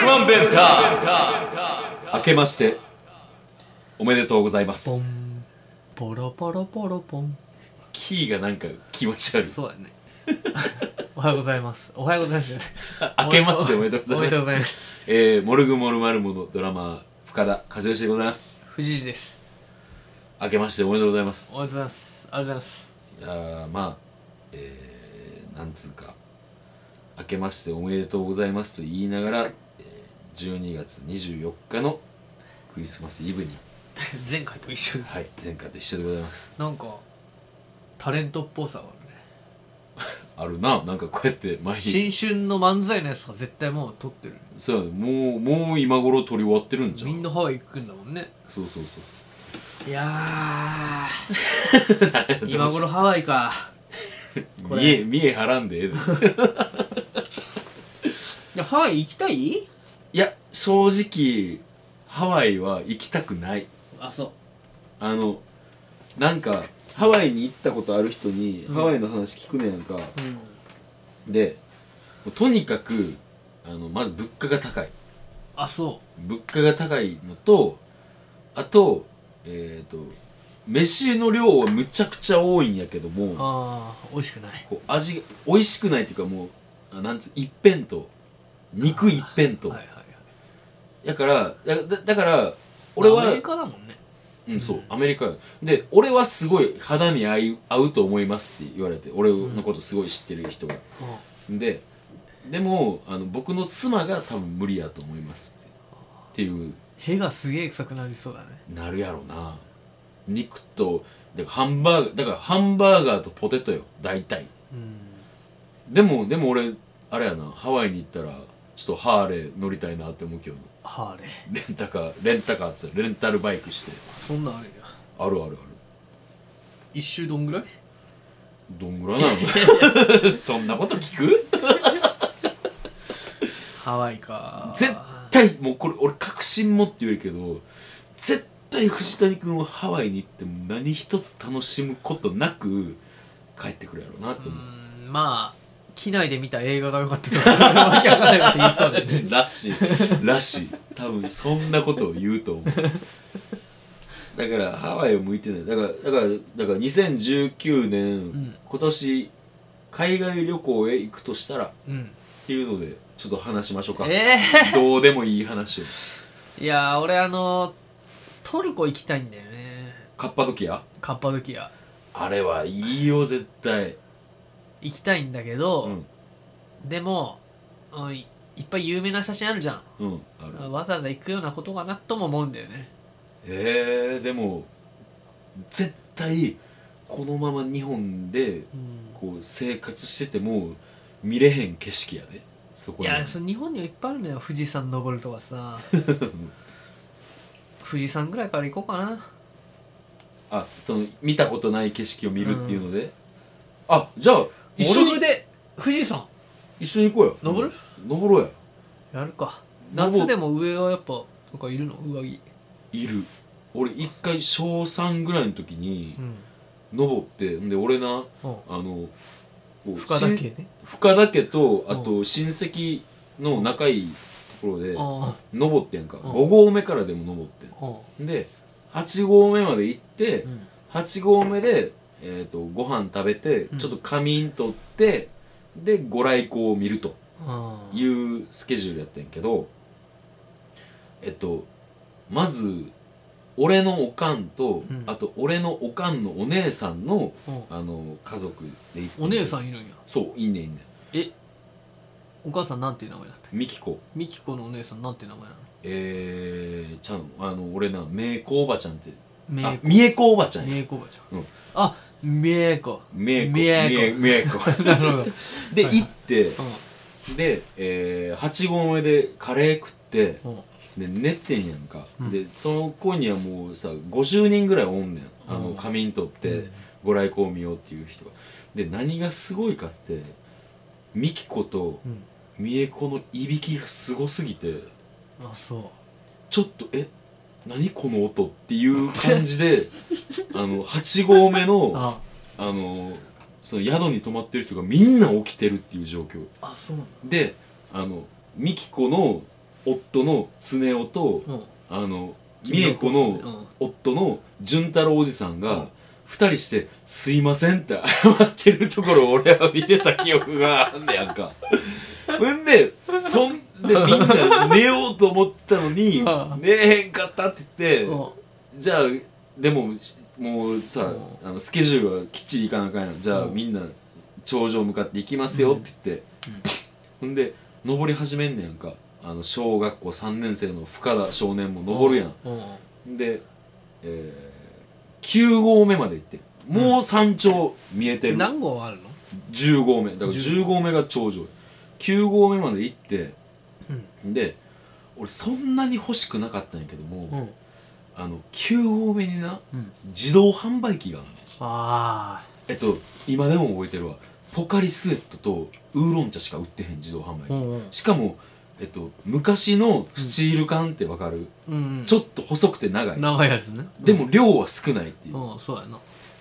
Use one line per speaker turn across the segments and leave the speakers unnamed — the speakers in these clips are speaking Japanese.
100万ベンター明けましておめでとうございます
ポンポロポロポロポン
キーがなんか気持ち悪い
そうやね おはようございますおはようございますじゃない
明けましておめでとうござ
おめ
い
でとう
ま
ご
す
ざいます
えー、モルグモルマルモのドラマー深田和義でございます
藤井です
明けましておめでとうございます
おめでとうございますありがとうございます
いやーまあえー、なんつうか明けましておめでとうございますと言いながら、えー、12月24日のクリスマスイブに、
前回と一緒に
はい、前回と一緒でございます
なんかタレントっぽさがあるね
あるななんかこうやって毎日
新春の漫才のやつが絶対もう撮ってる
そうやねもうもう今頃撮り終わってるんじゃん
みんなハワイ行くんだもんね
そうそうそう
いや
そ
ー
う
今頃ハワイかこれ
見え見えはらんでええで
いやハワイ行きたい
いや正直ハワイは行きたくない
あそ
あのなんかハワイに行ったことある人に、
うん
ハワイの話聞くねやんか
ううん
でもうとにかくあのまず物価が高い
あそ
物価が高いのとあとえっ、と飯の量はむちゃくちゃ多いんやけども
うああ美味しくない
こう味が美味しくないっていうかもうあなんつう一辺倒肉一辺倒
はいはいはい
だからだだだから俺は
アメリカだもんね
うんそう
うん
アメリカやで俺はすごい肌に合い合うと思いますって言われて俺のことすごい知ってる人が、ででもあの僕の妻が多分無理やと思いますってっていう
屁がすげえ臭くなりそうだね
なるやろな肉とだからハンバーガーだからハンバーガーとポテトよ大体
うん
でもでも俺あれやなハワイに行ったらちょっとハーレー乗りたいなって思うけどな
ハーレー
レンタカーレンタカーっつってレンタルバイクして
そんなんあるや
あるあるある
一周どんぐらい
どんぐらいなのそんなこと聞く
ハワイか
絶対もうこれ俺確信持って言えるけど絶対藤谷君はハワイに行っても何一つ楽しむことなく帰ってくるやろうなって
う
思う、
んまあ機内で見た映画が良かったとかそれはわけわかんないこと言いそうだよね
らしいらしい多分そんなことを言うと思うだからハワイを向いてないだからだからだから2019年、
ん
今年海外旅行へ行くとしたらっ
うん
ていうのでちょっと話しましょうか
え
どうでもいい話を
えいやー俺あのトルコ行きたいんだよね
カッパドキア
カッパドキア
あれはいいよ絶対
行きたいんだけど、
うん
でも、うん、いいっぱい有名な写真あるじゃ
うんあ
ん
る
わざわざ行くようなことかなとも思うんだよね
えー、でも絶対このまま日本で
うん
こう生活してても見れへん景色やでそこ
い
に
やその日本にはいっぱいあるのよ富士山登ると かさ富士山ぐらいから行こうかな
あその見たことない景色を見るっていうので、あじゃあ一緒に
で富士山
一緒に行こうよ
登る
登ろうや
やるか
登
夏でも上はやっぱなんかいるの上着
いる俺一回小3ぐらいの時に
うん、
登ってんで俺な
う
あ
ん、
のこう
深田家ね
深田家と
う
あ
ん
と親戚の仲いいところで
あ
登ってんか
ん
5合目からでも登って
あうん
んで8合目まで行って
うん
8合目で、えー、とご飯食べて
うん
ちょっと仮眠取ってでご来光を見ると
あー
いうスケジュールやってんけどえっとまず俺のおかんと、
うん
あと俺のおかんのお姉さんの
うん
あの家族で行って
お姉さ
ん
んいるんや
そういいねんいいねん
お母さんなんていう名前だったっけ
みきこ
みきこのお姉さんなんていう名前なの
えー、ちゃんあの俺なめいこおばちゃんって
め
あ
いこ
みえこおばちゃんや
めいこばちゃん、
うん
あめいこ
めいこ
みえこ
みえみえこ
なるほど、うん、
で
はい
行ってで、えー、8合目でカレー食って
うん
で寝てんやんか、
うん
でその子にはもうさ50人ぐらいおんねんあ
う
の
ん
仮眠取って、
うん
ご来光見ようっていう人がで何がすごいかってみきこと
うん、
みえこのいびきがすごすぎて
あそう
ちょっとえ何この音 っていう感じであの8合目の
あ
あのその宿に泊まってる人がみんな起きてるっていう状況
あそうなんだ
であの美紀子の夫の常夫と
うん
あの美恵子の
うん
夫の潤太郎おじさんが二人して「すいません」って謝ってるところを俺は見てた記憶があんねやんか。ほんでそんでみんな寝ようと思ったのに
うん
寝えへんかったって言って
うん
じゃあでももうさ
う
あのスケジュールはきっちりいかなあかんやんじゃあ
うん
みんな頂上向かって行きますよって言って、ほんで登り始めんねやんかあの小学校3年生の深田少年も登るやん。
うん
で、え9合目まで行ってもう山頂見えてる、
何号あるの
10合目だから10合目が頂上9合目まで行ってで俺そんなに欲しくなかったんやけども、
うん
あの9合目にな
うん
自動販売機があるの
あ
えっと今でも覚えてるわポカリスエットとウーロン茶しか売ってへん自動販売
あう
機、
んうん
しかもえっと昔のスチール缶ってわかる、
うん
ちょっと細くて長い、
長いやつね
でも量は少ないっていう、
うんうんそうやな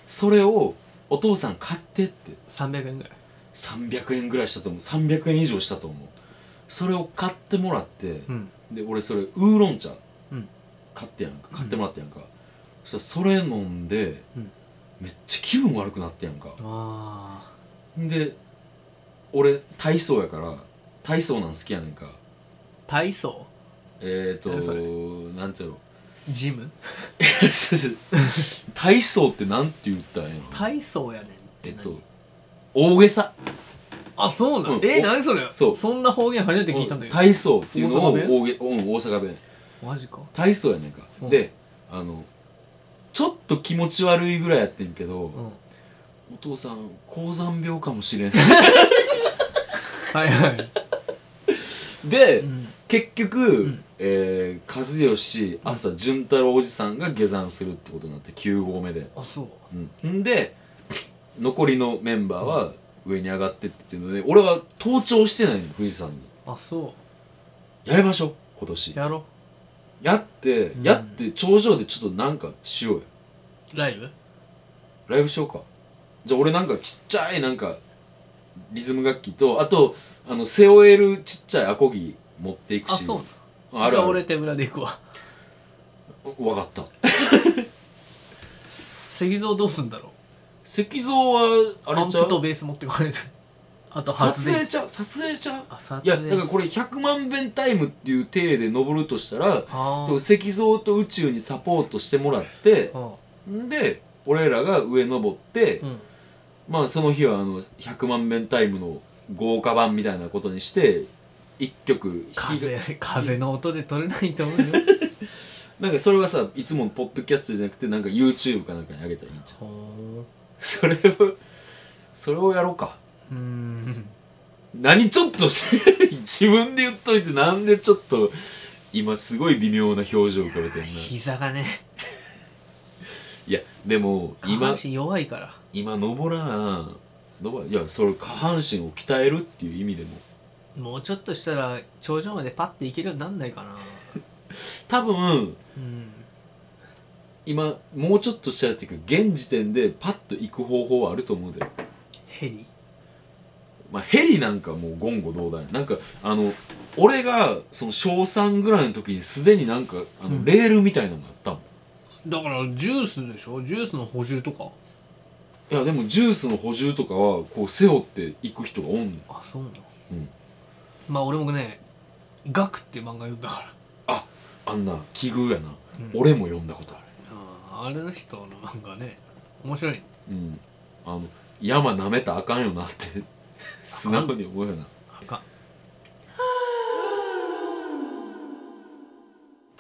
それをお父さん買ってって
300円ぐらい
300円ぐらいしたと思う300円以上したと思うそれを買ってもらって、
うん
で俺それウーロン茶
うん
買ってやんか買ってもらってやんか、そしたらそれ飲んで、
うん
めっちゃ気分悪くなってやんか
あ
で俺体操やから体操なん好きやねんか
あ体操
えーと
何それ
なんつうやろ
ジム
体操ってなんて言ったらええの
体操やねんって
えっ
何
と大げさ
あそうな
うんん
え
お
何それ
そうん
な方言初めて聞いたんだけど
体操っていうのを
大阪弁
大げ、うん、大阪弁
マジか
体操やねんか、
うん
であのちょっと気持ち悪いぐらいやってんけど、
うん
お父さん高山病かもしれん
はいはい
で、
うん
結局、
ん
えー、和義朝潤太郎おじさんが下山するってことになって9合目で、
あそう
うん、んで残りのメンバーは上に上がってっていうので俺は登頂してないの富士山に
あそ
やりましょう今年
うやろ
やって、
うん
やって頂上でちょっとなんかしようよ
ライブ
ライブしようかじゃあ俺なんかちっちゃいなんかリズム楽器とあとあの背負えるちっちゃいアコギ持っていくし
あそう
あ
な
あ
んじ
る
ゃあ
あ
俺
る
手ぶらで行くわ
分かった
石像どうすんだろ
石像は
う
あ
ア
れ
ン
ちゃ
プと
う
ベース持ってこないとあと発
撮
電
影ちゃう撮影ちゃう
あ撮
いや
影
だからこれ100万遍タイムっていう体で登るとしたら
あー
石像と宇宙にサポートしてもらって
あ
んで俺らが上登って、
うん
まあその日はあの100万遍タイムの豪華版みたいなことにして1曲弾き語り
風風の音で撮れないと思うよ
なんかそれはさいつものポッドキャストじゃなくてなんか YouTube かなんかに上げたらいいんじゃん
ほ
それをそれをやろうか
ーうーん
何ちょっとし自分で言っといてなんでちょっと今すごい微妙な表情を浮かべてんない
膝がね
やでも
下
今
半身弱いから
今登らな登らいやそれ下半身を鍛えるっていう意味でも
もうちょっとしたら頂上までパッて行けるようになんないかな
多分
うん
今もうちょっとしたらっていうか現時点でパッと行く方法はあると思うで
ヘリ
まあ、ヘリなんかもう言語道断なんかあの俺がその小3ぐらいの時にすでになんかあ
う
の
ん
レールみたいなのがあったもん、
だからジュースでしょジュースの補充とか
いやでもジュースの補充とかはこう背負っていく人がおんねん
あそうなの
うん
まあ俺もね「ガク」っていう漫画読んだから
あんな奇遇やな、
うん
俺も読んだことあ
あーあれの人の漫画ね面白い
るうんあの山舐めたらあかんよなって素直に思うよな
あかん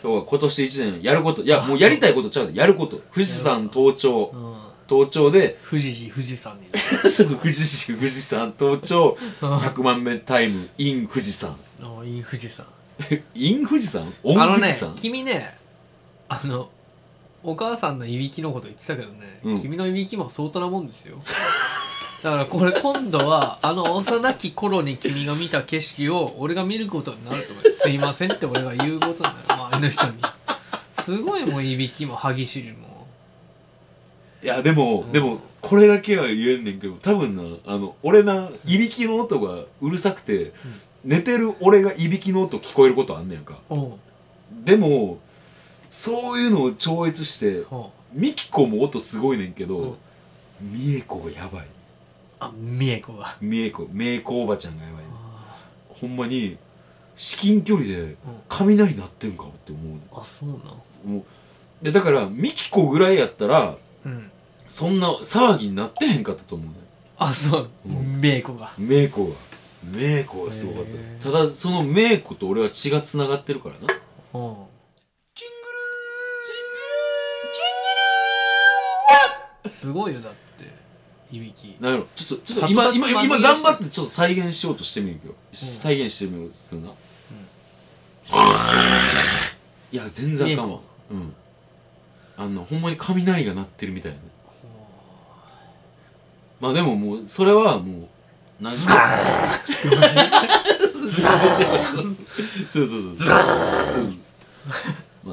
今日は今年1年やることいやもうやりたいことちゃうでやること富士山登頂
うん
登頂で
富士寺富士山 に
富士市富士山登頂
あ
100万目タイム in 富士山
ーいい富士山
イン富士山オ
あ
ン
の
富
ね
士山、
君ねあのお母さんのいびきのこと言ってたけどね、
うん
君のいびきも相当なもんですよだからこれ今度はあの幼き頃に君が見た景色を俺が見ることになると思うすいませんって俺が言うことになる周りの人にすごいもういびきも歯ぎしりも
いやでも、
うん
でもこれだけは言えんねんけど多分なあの俺ないびきの音がうるさくて、寝てる俺がいびきの音聞こえることあんねやんか
おう
でもそういうのを超越して
ほう
ミキコも音すごいねんけ
うん
ど、ミエコがやばい
あみえこが
ミエコメイコおばちゃんがやばい、ね、
あ
ほんまに至近距離で
ー、うん、
雷鳴ってんかって思うね
あそうなん
もうでだからミキコぐらいやったら
うん
そんな騒ぎになってへんかったと思うね
あそう
うん
みえこが
メイコがメイコがすごかっ
へー
たただそのメイコと俺は血がつながってるからな
うん
チン
すごいよだっていびき
グルーチングルーなんやろちょっとちょっと今
殺伐
今今
万
今
能で
頑張ってちょっと再現しようとしてみるけど、再現してみようとするな、いや全然あかんわうんあのほんまに雷が鳴ってるみたいなまあでももうそれはもう何ズ そうそうそうそうまあ
あ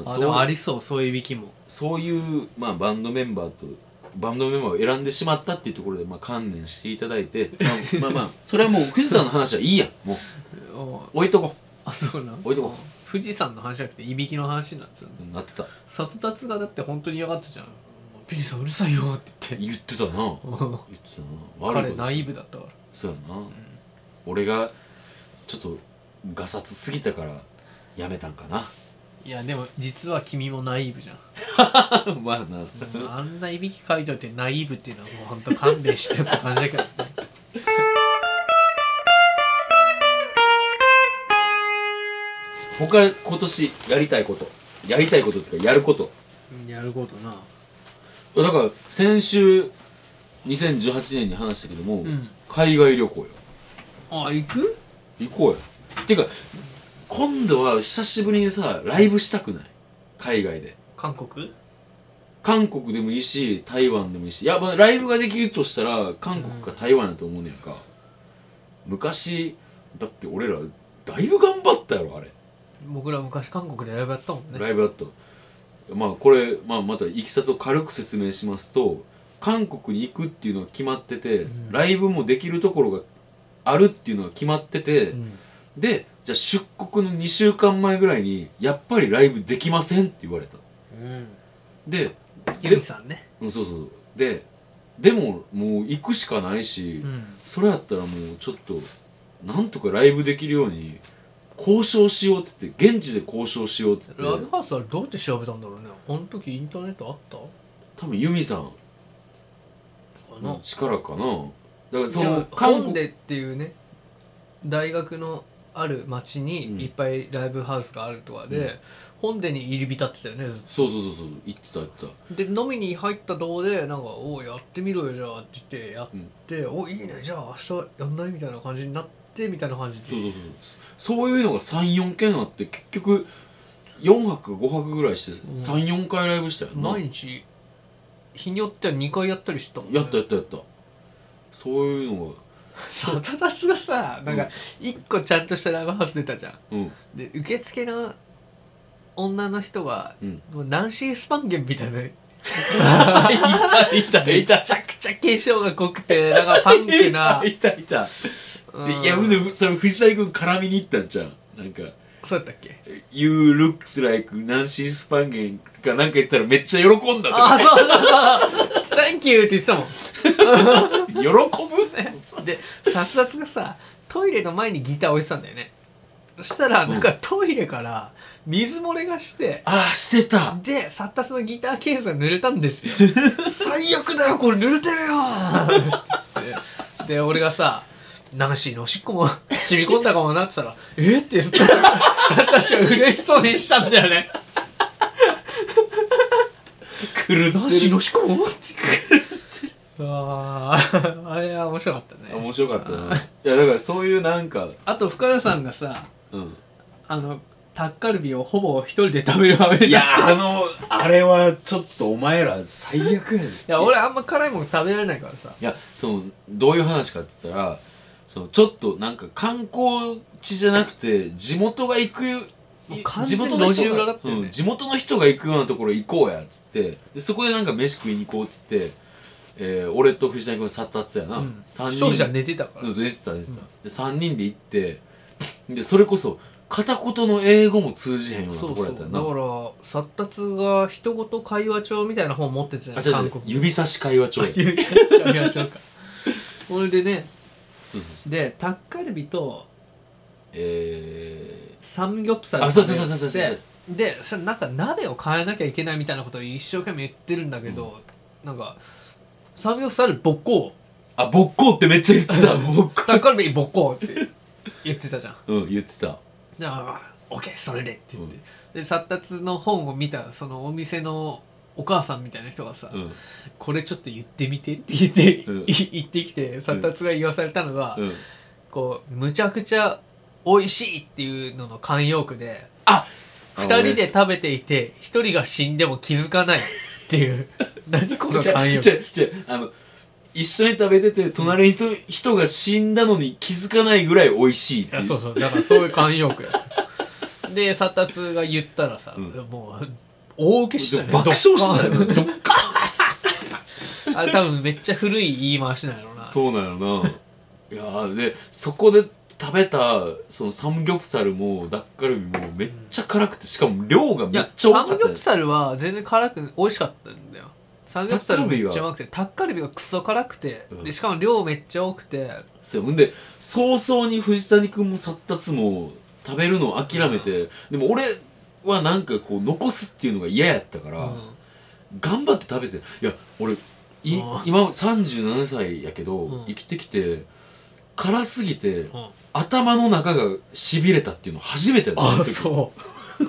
そ
で
う
もありそうそういういびきも
そういう、まあ、バンドメンバーとバンドメンバーを選んでしまったっていうところで、まあ、観念していただい て、まあ、まあまあそれはもう富士山の話はいいやもう
うん
置いとこ
あそうなん
置いとこう
うん富士山の話じゃなくていびきの話になってたんだ
うなってた
里達がだって本当に嫌がったじゃん「ビリーさんうるさいよ」って言
言
って
ってたな言って
うん
たな悪い
彼
こと
ナイーブだったから
そうやな、俺がちょっとガサツすぎたからやめたんかな
いやでも実は君もナイーブじゃ ん
まあな
うんあんないびき書いといてナイーブっていうのはもうほんと勘弁してって感じだけどね
他今年やりたいことやりたいことっていうかやること
やることな
だから先週2018年に話したけども、
うん
海外旅行よ
あ行く
行こうよてか今度は久しぶりにさライブしたくない海外で
韓国
韓国でもいいし台湾でもいいしいやまあライブができるとしたら韓国か台湾だと思うねやんか、昔だって俺らだいぶ頑張ったやろあれ
僕ら昔韓国でライブやったもんね
ライブだったまあこれ、まあ、またいきさつを軽く説明しますと韓国に行くっていうのが決まってて、
うん
ライブもできるところがあるっていうのが決まってて、
うん
でじゃあ出国の2週間前ぐらいにやっぱりライブできませんって言われた
うん
で
ユミさんね
うんそうそうそうででももう行くしかないし、
うん
それやったらもうちょっとなんとかライブできるように交渉しようって言って現地で交渉しようって
ラ
言っ
イブ
て
ハウスあれどうやって調べたんだろうねあの時インターネットあったか
多分ユミさん
な
の力かなだからそ
その
の
コ
韓
ン
国
デっていうね大学のある町
うん
にいっぱいライブハウスがあるとかで、
うん
本殿に入り浸ってたよねずっ
そうそうそうそう行ってた行ってた
とで飲みに入ったとこでなんか「おうやってみろよじゃあ」って言ってやって「おいいねじゃあ明日やんない?」みたいな感じになってみたいな感じで
そうそうそうそういうのが34件あって結局4泊5泊ぐらいして
うん
34回ライブしたよな、
毎日日によっては2回やったりしてたもん、
やったやったやったそういうのが
そうただつがさなんか1個ちゃんとしたライブハウス出たじゃ ん
うん
で受付の女の人が、
うん
もうナンシー・スパンゲンみたいなめ
いたいたいた
ち ゃくちゃ化粧が濃くてなんかパンクな
いたいた
うん
いやほんでそれ藤谷君絡みに行ったんじゃんなんか
そうだったっけ
「You looks like ナンシー・スパンゲン」かなんか言ったらめっちゃ喜んだと
あ
か
あそうそうそうそう「Thank you」って言ってたもん
喜ぶ
で殺殺がさトイレの前にギター置いてたんだよねそしたらなんかトイレから水漏れがして
ああしてた
で、サッタスのギターケースが濡れたんです よ。最悪だよ、これ濡れてるよってで、俺がさ、ナンシーのおしっこも染み込んだかもなって言ったら、えって言ったら、サッタスが嬉しそうにしたんだよね。
狂
ナンシーの
る
おしっこもってくる。あーあれは面白かった
あ
ね。
面白かったないやだからそういうなんか
あと、深田さんがさ、
うん
あの、タッカルビをほぼ一人で食べる羽目
い
だ。
やあのあれはちょっとお前ら最悪やでい
いや、俺あんま辛いもの食べられないからさ。
いやそのどういう話かって言ったらそのちょっとなんか観光地じゃなくて地元が行く
もう完
地
全に
元の
路地
人
裏
が
だったよね
うん地元の人が行くようなところ行こうやっつってでそこでなんか飯食いに行こうっつってえー俺と藤谷君殺達やな、
うん
三
庄
人
司は寝てたから、
うん寝てた寝てた、で3人で行ってでそれこそ片言の英語も通じへんような
そ
と
う
こ
そ
ろ
うだ
やっ
か
た
ら
よな
殺達が人ごと会話帳みたいな本持ってたじゃない
あ違う違
韓
う
国
指差し会話帳
あ
やそう
指差し会話帳かそれでね
そう
でタッカルビと
え
サムギョプサル
ー、あそうそうそうそうそうそう
ででそれなんか鍋を変えなきゃいけないみたいなことを一生懸命言ってるんだけど、なんかサムギョプサルボッコ
あ勃興ってめっちゃ言って た勃興
タッカルビボッコって言ってたじゃん
うん言ってた
じゃあオッケーそれでって言って、で殺達の本を見たそのお店のお母さんみたいな人がさ、
うん
これちょっと言ってみてって言って、
うん
い言ってきて殺達が言わされたのが、
うん
こうむちゃくちゃ美味しいっていうのの慣用句で
あ
二人で食べていて一人が死んでも気づかないっていう 何この
じゃ
慣
あ
用
じゃ
句
あじゃああの一緒に食べてて隣に人,、人が死んだのに気づかないぐらい美味しいってい
あ
う
そうそうだからそういう慣用句やつで殺達が言ったらさ、
うん
もう大受けしたよね
爆笑したよね
ドッカーンあれ多分めっちゃ古い言い回しなんやろうな
そうなのな いやーでそこで食べたそのサムギョプサルもダッカルビもめっちゃ辛くてしかも量が
い
めっ
や
ちゃ多
サ
か
ム
っ
ギ
た
ョ
よ
プサルは全然辛く美味しかったんだよサムギョプサルめっちゃうまくてタッカルビがクソ辛くて、
うん
でしかも量めっちゃ多くて
そうほんで早々に藤谷君も殺達も食べるのを諦めて、でも俺はなんかこう残すっていうのが嫌やったから、
うん
頑張って食べていや俺い
うん
今37歳やけど、
うん
生きてきて辛すぎて
うん
頭の中がしびれたっていうの初めてやった
あ
の時
そ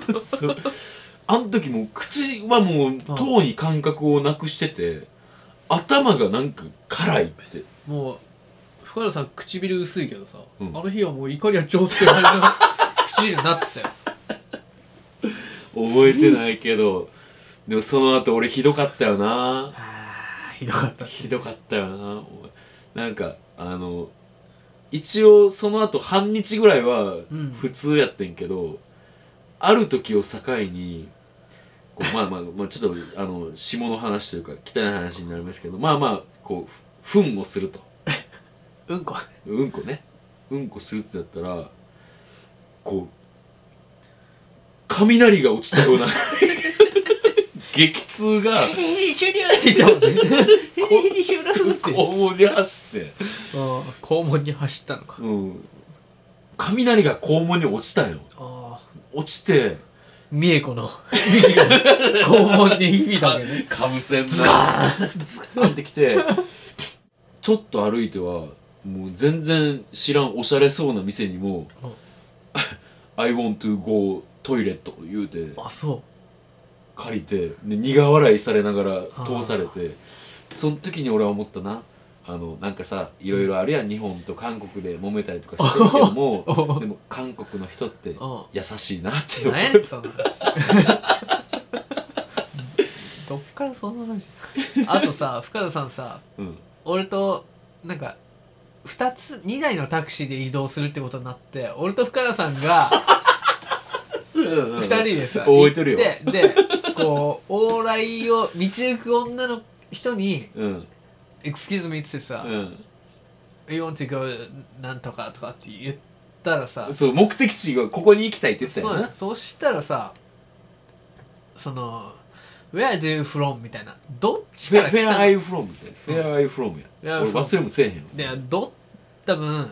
う
そう あの時もう口はもうとうに感覚をなくしてて頭がなんか辛いって
もう深田さん唇薄いけどさ、
うん
あの日はもう怒りは上手って感じの 唇になってたよ
覚えてないけどでもその後俺ひどかったよな
あーひどかった
ひどかったよなお前なんかあの一応その後半日ぐらいは
うん
普通やってんけど、ある時を境にこうまあまあまあちょっとあの下の話というか汚い話になりますけどまあまあこうふ糞をすると。
うんこ
うんこねうんこするってなったらこう雷が落ちたよう な激痛が
「ヘリ終了!」って言ってもんね「ヘリ終了!」って
肛門に走って、
あー肛門に走ったのか
うん、雷が肛門に落ちたんよ
ああ
落ちて
美恵子の響きが肛門に響いたわけね
かぶせん
ズ
な
ガーン
ズカーンってきて ちょっと歩いてはもう全然知らんおしゃれそうな店にも
うん
「I want to go トイレット」言うて
あそ
借りてで苦笑いされながら通されてその時に俺は思ったなあのなんかさいろいろあるやん日本と韓国で揉めたりとかしてるけども
うお
でも韓国の人って
う
優しいなって
ん
思う
何やねんその話 どっからそんな話 あとさ深田さんさ
うん
俺となんか2つ2台のタクシーで移動するってことになって俺と深田さんが
2
2人でさ
覚えてるよ
行ってでこう往来を道行く女の人に
うん
「Excuse me」っつってさ
うん
「You want to go なんとか」とかって言ったらさ
そう目的地がここに行きたいって言ってた
そ
よ
う
な
やそしたらさその「Where do you from?」みたいなどっち
フ
か
ェ
ら
フ
来
ェア
た
ア
の
イフロムみたいなフェアアイフロムや
Where
俺
from？
忘れもせえへんよ
でど多分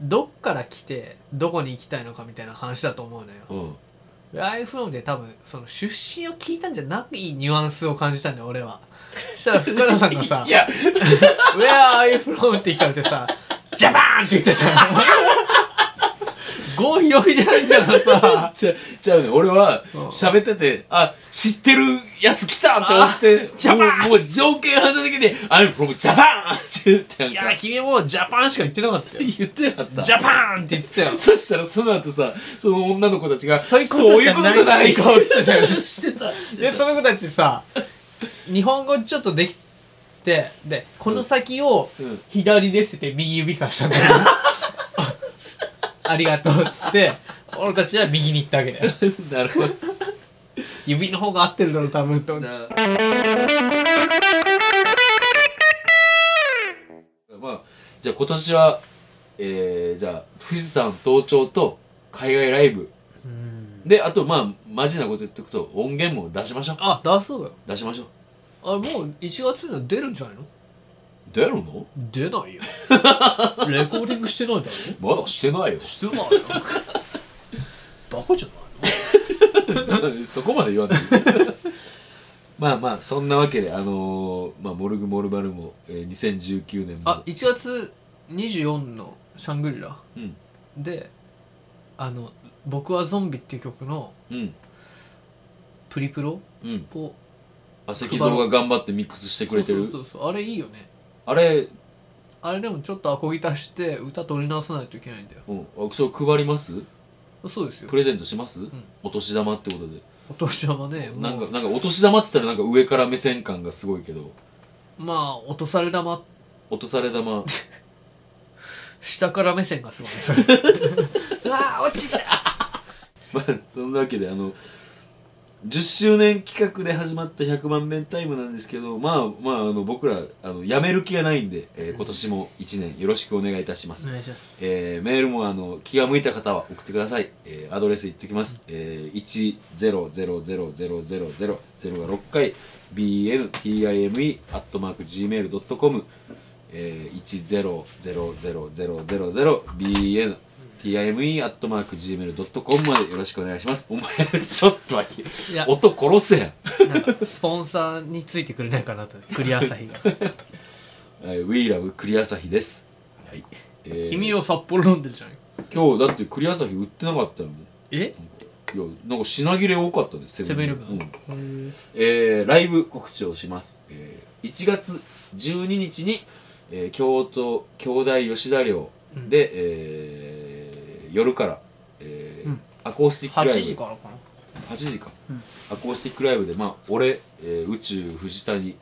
どっから来てどこに行きたいのかみたいな話だと思うのよ。
うん
ライフロムで多分その出身を聞いたんじゃないニュアンスを感じたんだよ俺は。そしたら福田さんがさ
い や
「Where are you from?」って聞かれてさ「ジャパン!」って言った じゃん。語広いじゃないんだからさ。
じゃじゃあね俺は
うん
喋っててあ知ってるやつ来たと思って
ジャパン
もうもう条件反射的に「I'm from Japan!」って言って
い
なん
や
か
君もジャパンしか言ってなかったよ。
言ってなかった
ジャパンって言ってたよ。
そしたらその後さその女の子たちが
そういうこと
そういうことじゃない
じゃない顔してたよね
してた して
で
た
その子たちさ日本語ちょっとできてでこの先を
うん
左ですって右指さしたんだ よありがとうっつって俺たちは右に行ったわけ だよ
なるほど
指の方が合ってるだろう多分と思って
なじゃあ今年は、えー、じゃあ富士山登頂と海外ライブ
うん
であとまあマジなこと言っておくと音源も出しましょう
あ出そうよ
出しましょう
あれもう1月には出るんじゃないの
どうやるの
出ない よレコーディングして ないだろ
まだしてないよ
してないよ バカじゃない
そこまで言わない まあまあそんなわけであのーまあモルグモルバルも、えー、2019年も
のあ1月24のシャングリラ
うん
であの「僕はゾンビ」っていう曲の
うん
プリプロ
うん
を
あ石像が頑張ってミックスしてくれてる
そうそうそうそうあれいいよね
あれ、
あれでもちょっとアコギ足して歌取り直さないといけないんだよ
うん、あそれ配ります
そうですよ
プレゼントします、
ん
お年玉ってことで
お年玉ねもう
なんかなんかお年玉って言ったらなんか上から目線感がすごいけど
まあ落とされ玉
落とされ玉
下から目線がすごいですうわあ落ちた
まあそんなわけであの10周年企画で始まった100万遍タイムなんですけどまあまああの僕らあのやめる気がないんで、えー今年も1年よろしくお願いいたします、
お願いします
えーメールもあの気が向いた方は送ってください、えーアドレス言っときます、えー、100000000が6回 bntime.gmail.com えー、1000000bntime.gmail.com までよろしくお願いしますお前ちょっと待って
いや
音殺せや
なんかスポンサーについてくれないかなとクリアサヒが
はい We love 栗朝日ですはい、えー
君を札幌飲んでるじゃない
今日だって栗朝日売ってなかったよ
え
いやなんか品切れ多かったです
セブンイレブ
うん
ンうん
えーライブ告知をします、えー1月12日に、えー京都京大吉田寮で、えー夜から、えー
うん
アコースティック
8
ライブ
時からかな
8時か、
うん
アコースティックライブで、まあ、俺、えー宇宙藤谷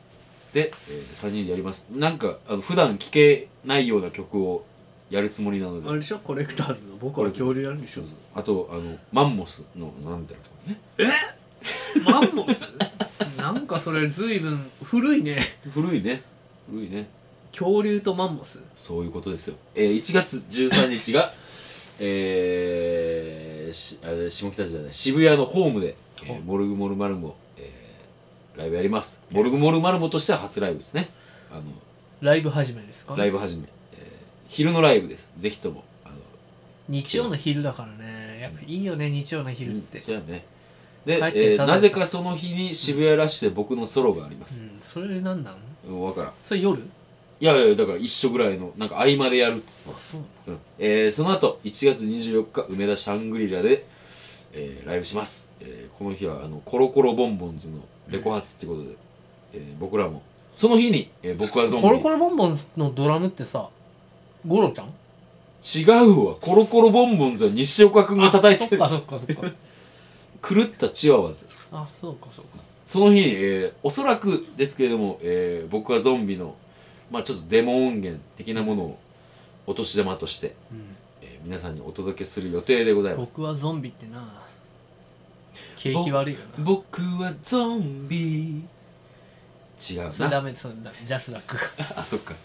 で、え3人でやりますなんかあの普段聴けないような曲をやるつもりなので
あれでしょコレクターズの僕は恐竜なんでしょ
あとあのマンモスのなんていうの
マンモスなんかそれ随分古いね
古いね古いね
恐竜とマンモス
そういうことですよ。えー、1月13日が、 えー、しあれ下北じゃない、渋谷のホームで、えーモルグモルマルモ、えー、ライブやります。モルグモルマルモとしては初ライブですね。あの、
ライブ始めですか
ライブ始め。えー昼のライブです。ぜひとも。あの
日曜の昼だからねやっぱいいよね日曜の昼って、
そうやね。で、
帰って
えー
サザエさん
なぜかその日に渋谷ラッシュで僕のソロがありま
う
す。
ん、それなんなん
うん、わからん。
それ夜
いやいや、だから一緒ぐらいの、なんか合間でやるって言ってた
あそう
うんえーその後1月24日梅田シャングリラで、えーライブします、えーこの日はあのコロコロボンボンズのレコ発ってことで、えー僕らもその日に、えー僕はゾンビ
コロコロボンボンのドラムってさゴロちゃん
違うわコロコロボンボンズは西岡君が叩いてる
あそっかそっかそっか
狂ったチワワズ
あそうかそうか
その日に、えーおそらくですけれども、えー僕はゾンビの、まあ、ちょっとデモ音源的なものをお年玉として、
うん
えー皆さんにお届けする予定でございます
僕はゾンビってな景気悪いよな
僕はゾンビ違う
それダ
な
メそれダメジャスラック
あそっか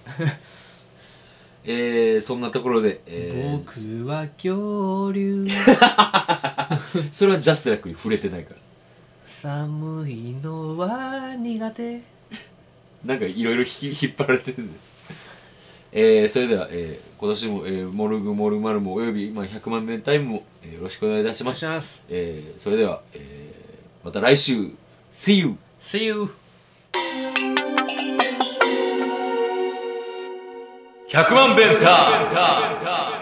えー、そんなところで、えー、
僕は恐竜
それはジャスラックに触れてないから
寒いのは苦手
なんかいろいろ引き引っ 張られてるんでえー、それでは、えー、今年も、えー、モルグモルマルもおよび、まあ、100万遍タイムも、えー、よろしくお願いいたし
お願
ま
いし
す、
ます
えー、それでは、えー、また来週 See you!
See you
100万遍タイム